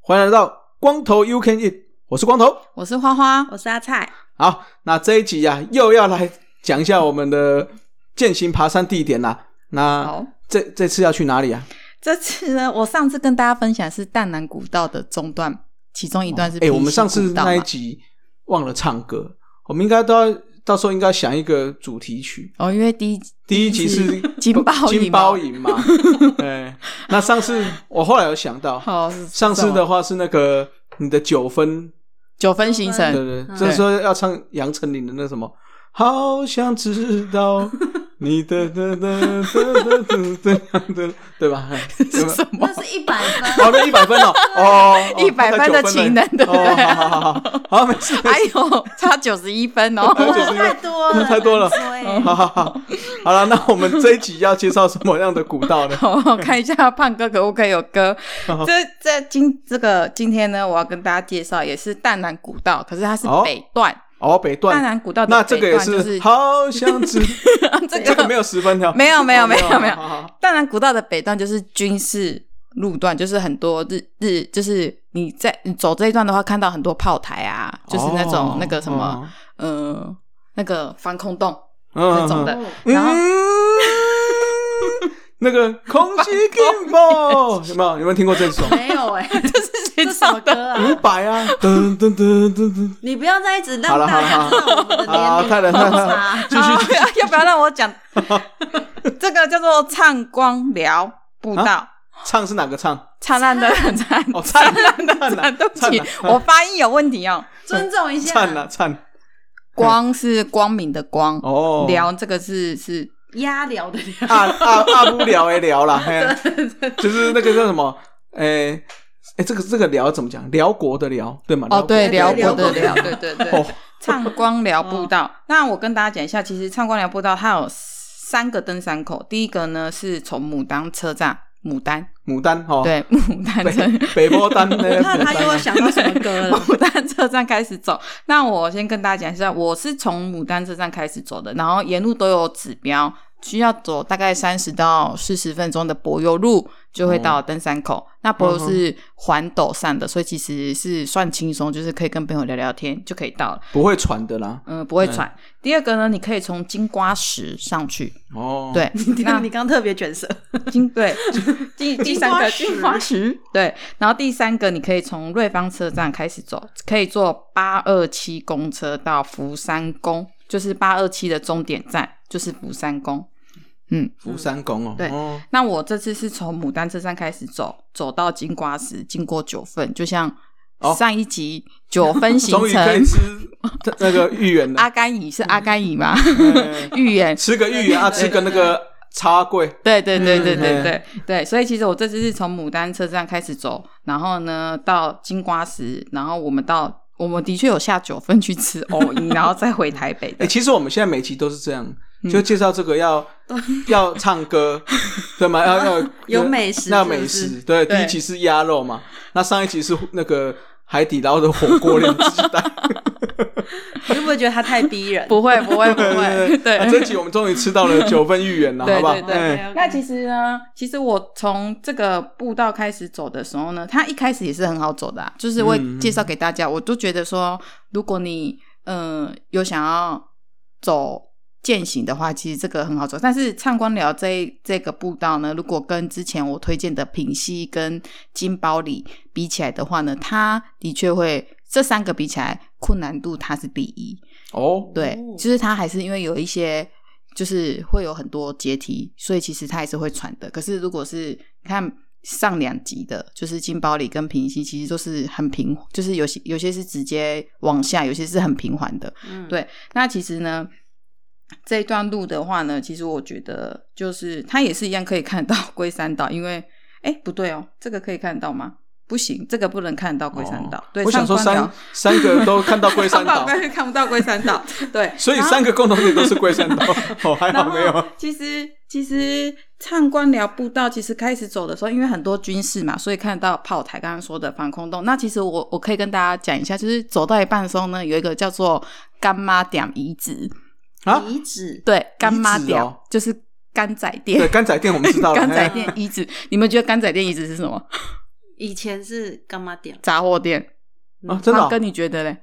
欢迎来到光头 You Can Eat，我是光头。我是花花，我是阿菜，好，那这一集呀、又要来讲一下我们的践行爬山地点啦、那好，这这次要去哪里啊？这次呢，我上次跟大家分享是淡南古道的中段，其中一段是哎、我们上平次行古道嘛那一集忘了唱歌，我们应该都要到时候应该想一个主题曲。哦，因为第一第一集是 金包银嘛金包银嘛， 哎，那上次我后来有想到，好是哦上次什的么话是那个你的九分九分行对程，对，对嗯这时候要唱杨丞琳的那 什么，好想知道你的的的的的怎样的， 对吧？是什么那？是一百分，好的，一百 分哦，哦，哦100分的情人对不对哦好好好好，好，没事，，哎呦，差九十一分哦 还有就是因为太多了，太多了嗯很衰好好好，好了，那我们这一集要介绍什么样的古道 呢？我哦看一下胖哥可不可以有歌好。 这这今这个今天呢，我要跟大家介绍也是淡南古道，可是它是哦北段，哦，北淡段，南古道的那这个北也段就是好想知， 这这个个没有十分的，没有没有没有哦没有好好好淡南古道的北段就是军事路段，就是很多日日，就是你在你走这一段的话，看到很多炮台啊，就是那种、哦那个什么、呃那个防空洞嗯那种的。嗯然后、嗯， 那个空气 Kimbo 有没有？有没有听过这首？没有哎，这是谁这什么唱的？歌五啊？百啊，噔噔噔噔噔，你不要再一直好了让大家知道我们的好年了龄太冷太冷好差继续继续。好要不要让 我讲？这个叫做唱光寮步道，唱是哪个唱？灿烂的灿哦，啊灿烂的烂灿的，对不起灿，我发音有问题哦。尊重一下灿，了灿光是光明的光，哦，寮这个是是压聊的聊，啊啊啊不聊哎聊 啦，嘿 就是那个叫什么哎哎这个这个聊怎么讲？辽国的辽对吗？哦，对，辽辽国国的的辽辽，对对对，哦唱 光寮嗯步道。那我跟大家讲一下，其实唱光寮步道它有三个登山口，第一个呢是从牡丹车站，牡丹，牡丹哦，对，牡丹北车。 北波丹你呢？看他又会想到什么歌 了？牡丹车站开始走，那我先跟大家讲一下，我是从牡丹车站开始走的，然后沿路都有指标，需要走大概三十到四十分钟的柏油路，就哦会到登山口。那柏嗯油是环陡上的，所以其实是算轻松，就是可以跟朋友聊聊天就可以到了。不会喘的啦嗯，不会喘。第二个呢，你可以从金瓜石上去，哦， 对，那你刚刚特别 卷舌，金对 第第三个金瓜石金瓜石，对，然后第三个你可以从瑞芳车站开始走，可以坐八二七公车到福山宫，就是八二七的终点站就是福山宫。嗯，福山宫哦，对哦那我这次是从牡丹车站开始走，走到金瓜石，经过九份，就像哦上一集九分行 终于可以程，吃那个芋圆了阿。甘乙是阿甘乙吗？ 哎预言吃个芋圆啊，对吃个那个茶桂，对对对对对嗯对对，所以其实我这次是从牡丹车站开始走，然后呢到金瓜石，然后我们到我们的确有下九份去吃 藕饮，然后再回台北哎，的。其实我们现在每集都是这样，嗯就介绍这个要要唱 歌，对吗？要要有美食那是不美是食，对，对第一集是鸭肉嘛，那上一集是那个海底捞的火锅两只 蛋，你会 不会觉得他太逼人？不会不会不 会，那啊这集我们终于吃到了九份芋圆了，对好不好？对对哎那其实呢，其实我从这个步道开始走的时候呢，它一开始也是很好走的、啊，就是我嗯嗯嗯介绍给大家，我都觉得说，如果你嗯、呃有想要走践行的话，其实这个很好走。但是畅光寮这一这个步道呢，如果跟之前我推荐的平溪跟金包里比起来的话呢，它的确会这三个比起来困难度它是第一，哦，对哦，就是它还是因为有一些，就是会有很多阶梯，所以其实它还是会喘的。可是如果是看上两集的，就是金包里跟平溪，其实都是很平，就是有些有些是直接往下，有些是很平缓的。嗯对那其实呢，这一段路的话呢，其实我觉得就是它也是一样可以看到龟山岛，因为哎不对哦，这个可以看得到吗？不行，这个不能看到龟山岛。对，哦我想说上官三三僚个都看到龟山 看不岛到，龟看不到龟山岛。对，所以然后三个共同点都是龟山 岛。哦，还然好后没有。其实其实唱官僚步道其实开始走的时候，因为很多军事嘛，所以看得到炮台，刚刚说的防空洞。那其实我我可以跟大家讲一下，就是走到一半的时候呢，有一个叫做干妈点遗址，啊遗址对，干妈遗址点、哦就是干仔店 对，，干仔店我们知道了。哎干仔嘿 店遗址。你们觉得干仔店遗址是什么？以前是干嘛点？杂货店。啊，真的那哦嗯跟你觉得嘞？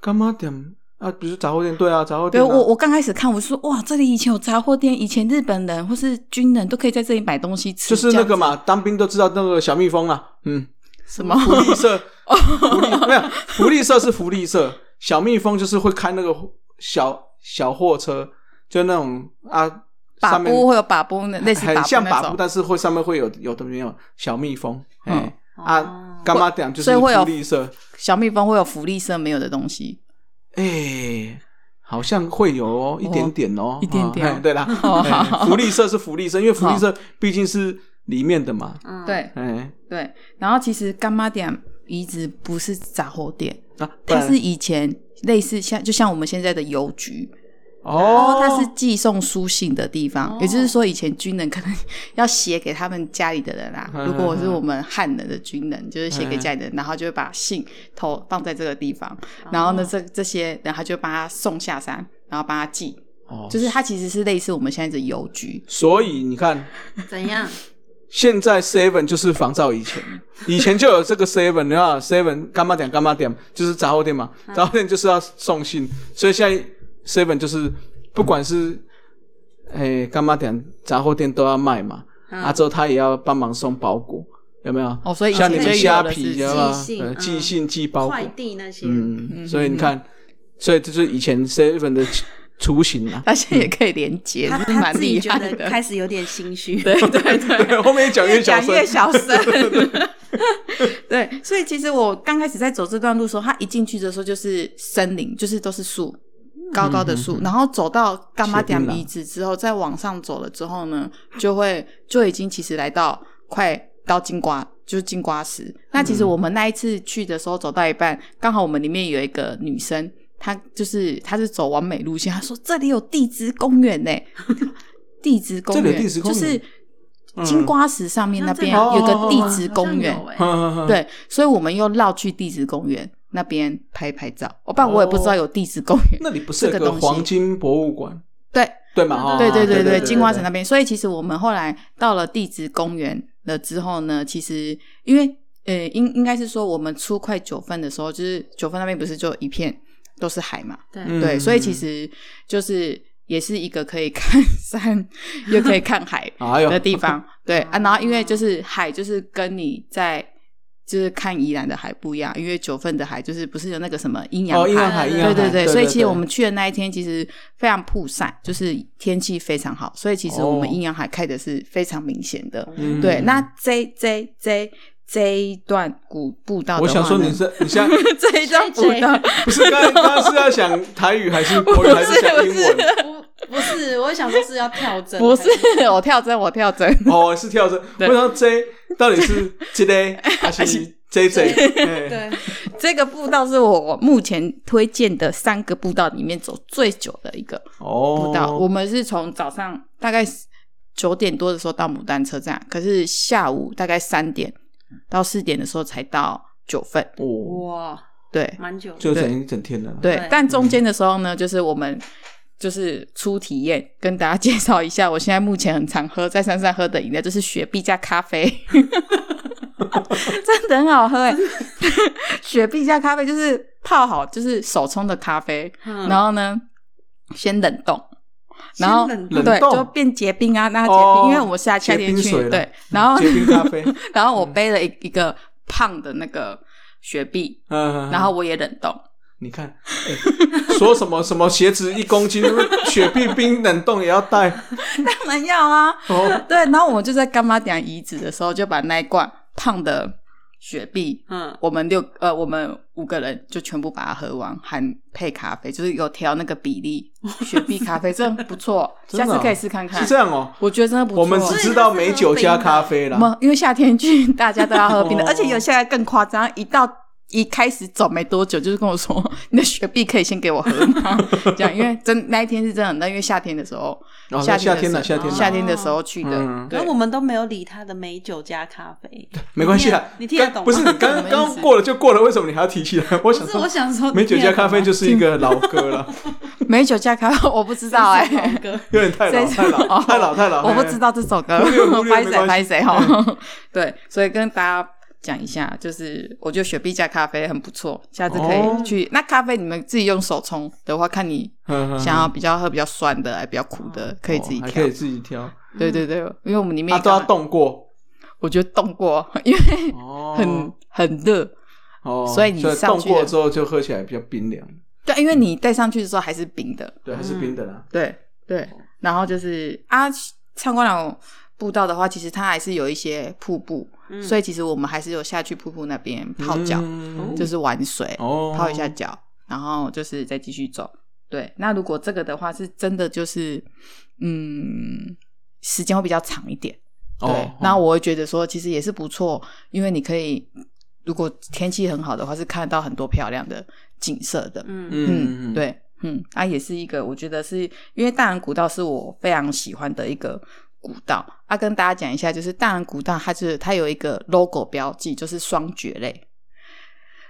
干妈点啊，比如杂货店，对啊，杂货对店啊。我，我刚开始看，我说哇，这里以前有杂货店，以前日本人或是军人都可以在这里买东西吃，就是那这个样子嘛，当兵都知道那个小蜜蜂啊，嗯，什么福利 社，福利没有，福利社是福利社，小蜜蜂就是会开那个小小货车，就那种啊，把上面布会有把布那类似把很像布那把布，种，但是会上面会有有的没有小蜜蜂，嗯哎啊，干嘛点就是所以会有福利社，小蜜蜂会有福利社没有的东西。哎。好像会有哦，一点点哦，一点点哦啊嘿对啦， 哦哎福利社是福利社，因为福利社毕竟是里面的嘛，嗯，对哎，对，然后其实干妈店遗址不是杂货店，啊，不它然是以前类似像就像我们现在的邮局，哦，它是寄送书信的地方，哦也就是说以前军人可能要写给他们家里的人啦。嗯如果是我们汉人的军人，就是写给家里的人，然后就会把信投放在这个地方，哦然后呢这这些人他就帮他送下山，然后帮他寄，哦就是它其实是类似我们现在的邮局。所以你看，怎 样？现在 Seven 就是仿照以前，以前就有这个 Seven，你看 Seven 干妈点干妈点就是杂货店嘛，嗯杂货店就是要送信，所以现在 Seven 就是不管是诶干妈点杂货店都要卖嘛，嗯啊之后他也要帮忙送包裹，有没有？哦，所以以像前你就们有虾了是不皮是有没有寄信呃嗯寄信寄包裹快，递那些，嗯，所以你看，所以这就是以前 Seven 的雏形 啊。他现在也可以连接，嗯他是他蛮自己厉觉害得的。开始有点心虚。对对对，后面讲越小讲声，越小声。 对，所以其实我刚开始在走这段路的时候，它一进去的时候就是森林，就是都是树，高高嗯的树。然后走到干妈点雪地狼鼻子之后，再往上走了之后呢，就会就已经其实来到快到金瓜，就是金瓜石。那其实嗯我们那一次去的时候，走到一半，刚好我们里面有一个女生。她就是，她是走完美路线。她说这里有地质公园呢、 地质公这里园有地质公园就是嗯金瓜石上面那边好像有这里个地质公园，哎好像有欸对对，所以我们又绕去地质公园那边拍拍照。我爸我也不知道有地质公园，那里不是有这个个东西黄金博物馆对对吗？哦对对对对对，金瓜对城那边。所以其实我们后来到了地质公园了之后呢，其实因为呃应应该是说我们出快九份的时候，就是九份那边不是就一片都是海嘛，对嗯对，所以其实就是也是一个可以看山 又可以看海哎呦的地方。对啊，然后因为哦就是海，就是跟你在就是看宜兰的海不一样，因为九份的海就是不是有那个什么阴阳哦，阴阳海。海，阴对阳对海，对对，对，所以其实我们去的那一天其实非常曝晒，就是天气非常好，所以其实我们哦阴阳海开的是非常明显的。 嗯对，那这这这这一段古步道的我话呢，想说你是你现在 这一段古这道， 不是刚才刚刚是要想台语还是国语还是 讲英文？不不是，我想说是要跳针，不是我跳针，我跳针。哦，是跳着，我对想 J 到底是 J J 还是 J J？对，这个步道是我目前推荐的三个步道里面走最久的一个哦，步道。我们是从早上大概九点多的时候到牡丹车站，可是下午大概三点到四点的时候才到九份。哦，哇，对蛮久，就整一整天了。对对，但中间的时候呢，就是我们。就是初体验，跟大家介绍一下，我现在目前很常喝在山上喝的饮料就是雪碧加咖啡， 真的很好喝哎、雪碧加咖啡就是泡好，就是手冲的咖啡，嗯然后呢，先冷冻，先然后冷冻对冷冻就变结冰啊，那结冰，哦因为我夏夏天结冰水去了对，然后结冰咖啡， 嗯然后我背了一一个胖的那个雪碧，嗯，然后我也冷冻， 你看，哎 说什么什么鞋子一公斤，雪碧冰冷冻也要带当然要啊，哦。 对，然后我们就在干妈点遗址的时候，就把那一罐胖的雪碧，嗯，我们六呃，我们五个人就全部把它喝完，含配咖啡，就是有调那个比例，雪碧咖啡，这不错， 真的下哦次可以试看看。是这样哦。我觉得真的不错。我们只知道美酒加咖啡我啦，们因为夏天去，大家都要喝冰 的，哦而且有些还更夸张，一到一开始走没多久，就是跟我说：“你的雪碧可以先给我喝吗？”这样，因为真那一天是真的很冷，因为夏天的时候，哦夏夏天的了，时夏候天啊了，夏天的时候去的，嗯对那我们都没有理他的美酒加咖 啡。没关系啦啊你。听得刚懂吗不是你刚什么意刚思刚过了就过了，为什么你还要提起来？我不想是，说我想说美酒加咖啡就是一个老歌了，美酒加咖啡，我 不知道哎、老 歌， 有点太老这太老哦太老太老。我不嘿知。道这首歌忽略忽，略 拍没谁关拍系谁哈。 对，所以跟大家讲一下，就是我觉得雪碧加咖啡很不错，下次可哦以去。那咖啡你们自己用手冲的话，看你嗯嗯嗯想要比较喝比较酸的，还比较苦的，可以自己哦还调可以。自己挑，对对对，因为我们里面啊，都要刚好，动过我觉得冻过，因为哦，很很热。哦，所以你上冻去过了之后就喝起来比较冰凉，对，因为你戴上去的时候还是冰的，对，还是冰的啦。对对，然后就是啊，参观了步道的话，其实它还是有一些瀑布，嗯所以其实我们还是有下去瀑布那边泡脚，嗯就是玩水，哦，泡一下脚，然后就是再继续走。对，那如果这个的话，是真的就是嗯，时间会比较长一点。哦。对，那我会觉得说，其实也是不错，因为你可以，如果天气很好的话，是看得到很多漂亮的景色的。嗯嗯嗯，，对，嗯，啊，也是一个，我觉得是因为大安古道是我非常喜欢的一个古道。啊，跟大家讲一下，就是大安古道它、就是它有一个 logo 标记，就是双蕨类，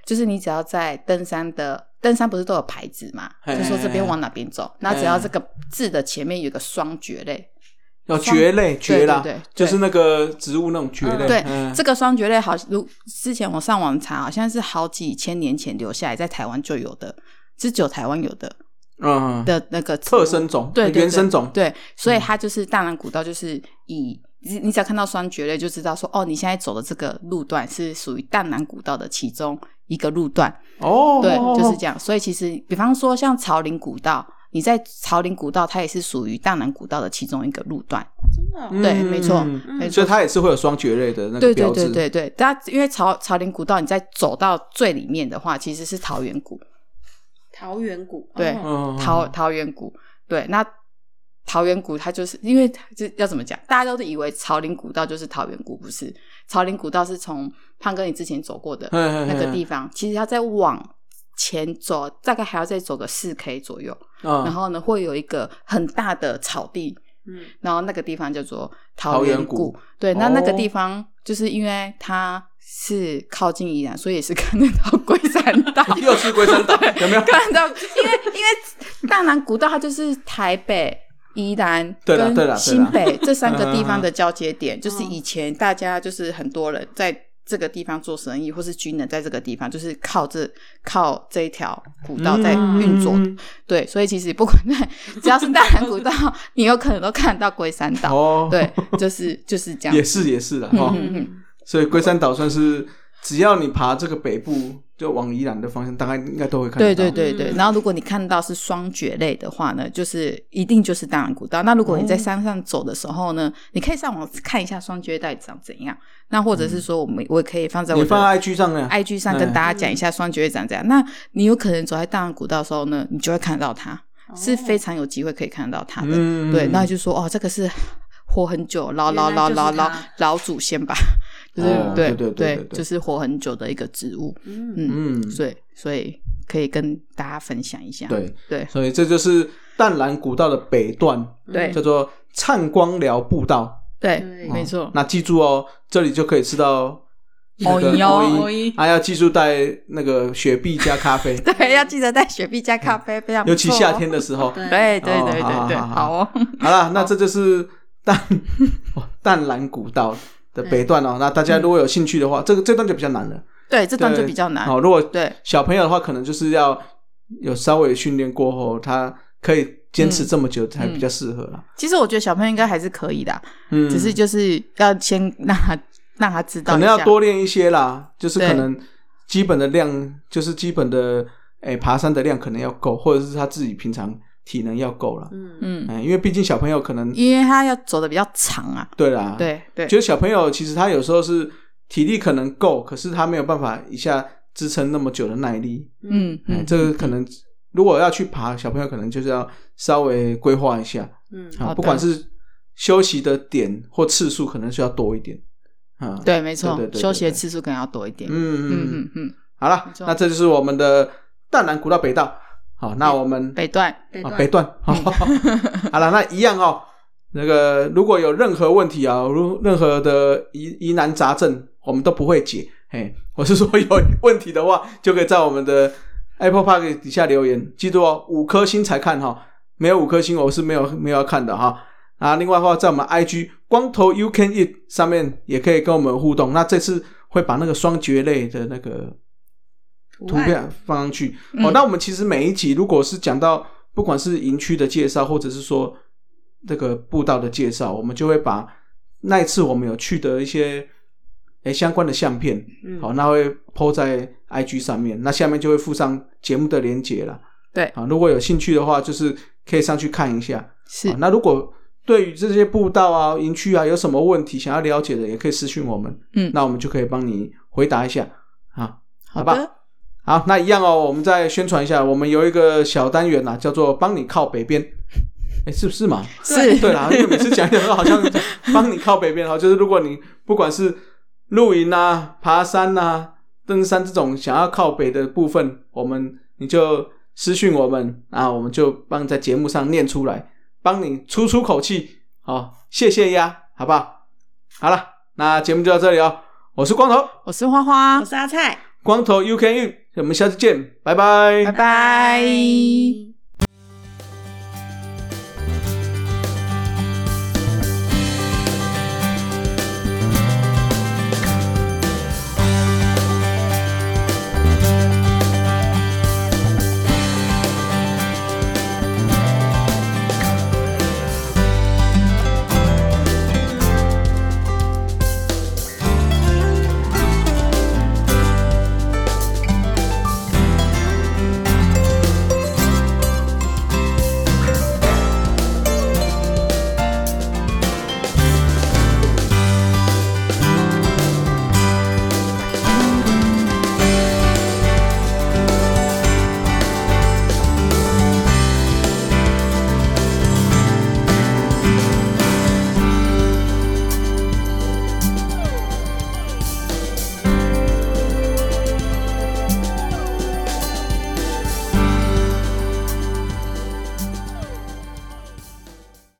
就是你只要在登山的登山不是都有牌子嘛，嘿就说这边往哪边走，那只要这个字的前面有一个双蕨类，要蕨类，蕨啦对对对，就是那个植物那种蕨类。嗯对，嗯这个双蕨类好，如之前我上网查，好像是好几千年前留下来，在台湾就有的，是只有台湾有的嗯，的那个植物特生种，对对对原生种，对，所以它就是大南古道，就是以你你只要看到双蕨类，就知道说哦，你现在走的这个路段是属于大南古道的其中一个路段，哦，对，就是样。这样。所以其实，比方说像草林古道，你在草林古道，它也是属于大南古道的其中一个路段，真的哦，嗯对，没错，嗯没错所以它也是会有双蕨类的那对个对标对志。对对，大家因为草草林古道，你在走到最里面的话，其实是桃源谷，桃源谷，对哦嗯，桃桃源谷，对，那桃源谷它就是因为这要怎么讲，大家都是以为草林古道就是桃源谷，不是？草林古道是从胖哥你之前走过的那那个地方，其实它再往前走，大概还要再走个四 K 左右，方然后呢会有一个很大的草地，嗯，然后那个地方叫做桃桃源源谷谷。对，那哦那个地方就是因为它是靠近宜兰，所以也是看得到龟山岛。 又是龟山岛，有没有？看得到，因为因为大南古道它就是台北、宜兰 对啦对啦对啦跟新北这三个地方的交接 点，就嗯是以前大家就是很多人在这个地方做生意，或是军人在这个地方，就是靠这靠这一条古道在运作。嗯对，所以其实不管在 只要是大南古道，你有可能都看得到龟山岛。哦，，对，就是就是这样。也是也是啦。嗯哦嗯嗯，所以龟山岛算是只要你爬这个北部，就往宜兰的方向，大概应该都会看对得到。对对对，嗯然后如果你看到是双蕨类的话呢，就是一定就是大安古道。那如果你在山上走的时候呢，你可以上网看一下双蕨到底长怎样。那或者是说，我们我也可以放在我你放的 IG 上啊呢？ IG 上跟大家讲一下双蕨会长怎样。那你有可能走在大安古道的时候呢，你就会看到它，哦是非常有机会可以看到它的。嗯对，那就说哦，这个是活很久，老老老老原来老就是它老祖先吧，就是哦对对对对对对就是活很久的一个植物。嗯嗯嗯，所以所以可以跟大家分享一下。对，对所以这就是淡蓝古道的北段，嗯对叫做灿光寮步道。对对没错，那记住哦，这里就可以吃到那个藕姨哦，藕藕姨姨还要记住带那个雪碧加咖啡 对，要记得带雪碧加咖啡，非常不尤其错哦夏。天的时候。对对对哦对好对对，好好好哦，好啦，那这就是淡 哇淡蓝古道的北段哦。那大嗯家如果有兴趣的话，这个这段就比较难了，对，这段就对比较难。好，如果对小朋友的话，可能就是要有稍微训练过后，他可以坚持这么久才比较适合啦。其实我觉得小朋友应该还是可以的啊，嗯，只是就是要先让他让他知道可一能下，要多练一些啦，就是对可能基本的量，就是基本的诶、爬山的量可能要够，或者是他自己平常体能要够啦。嗯嗯，嗯，因为毕竟小朋友可能因为他要走的比较长啊。对啦，，对对觉得小朋友其实他有时候是体力可能够，可是他没有办法一下支撑那么久的耐力。嗯哎嗯，这个可能如果要去爬，小朋友可能就是要稍微规划一下嗯好啊，的不管是休息的点或次数，可能需要多一点啊。，对，没错对对，对休息的次数可能要多一点。嗯嗯嗯嗯，嗯好了没，错那这就是我们的淡南古道北道。好，那我们嗯，北段，对啊对北段，好， 好了，那一样哦。那个如果有任何问题啊，如任何的疑疑难杂症，我们都不会解。嘿，我是说有问题的话，就可以在我们的 Apple Park 底下留言，记住哦，五颗星才看哈、没有五颗星我是没有没有要看的哈、啊，另外的话，在我们 IG 光头 You Can Eat 上面也可以跟我们互动。那这次会把那个双蕨类的那个图图片放上去。嗯哦，那我们其实每一集如果是讲到不管是营区的介绍，或者是说这个步道的介绍，我们就会把那一次我们有去的一些诶相关的相片，嗯好，那会 PO 在 IG 上面，那下面就会附上节目的连接了。对啊，如果有兴趣的话，就是可以上去看一下。是啊，那如果对于这些步道啊、营区啊有什么问题想要了解的，也可以私讯我们，嗯那我们就可以帮你回答一下啊。好吧的，好，那一样哦，我们再宣传一下，我们有一个小单元呐、啊叫做“帮你靠北边”，哎，是不是嘛？是，对啦，因为每次讲讲都好像帮你靠北边哈，就是如果你不管是露营啊、爬山啊、登山这种想要靠北的部分，我们你就私讯我们啊，我们就帮在节目上念出来，帮你出出口气，好、谢谢呀，好不好？好了，那节目就到这里哦，我是光头， 我是花花我，是阿菜，光头 U K U，我们下次见，拜拜拜拜。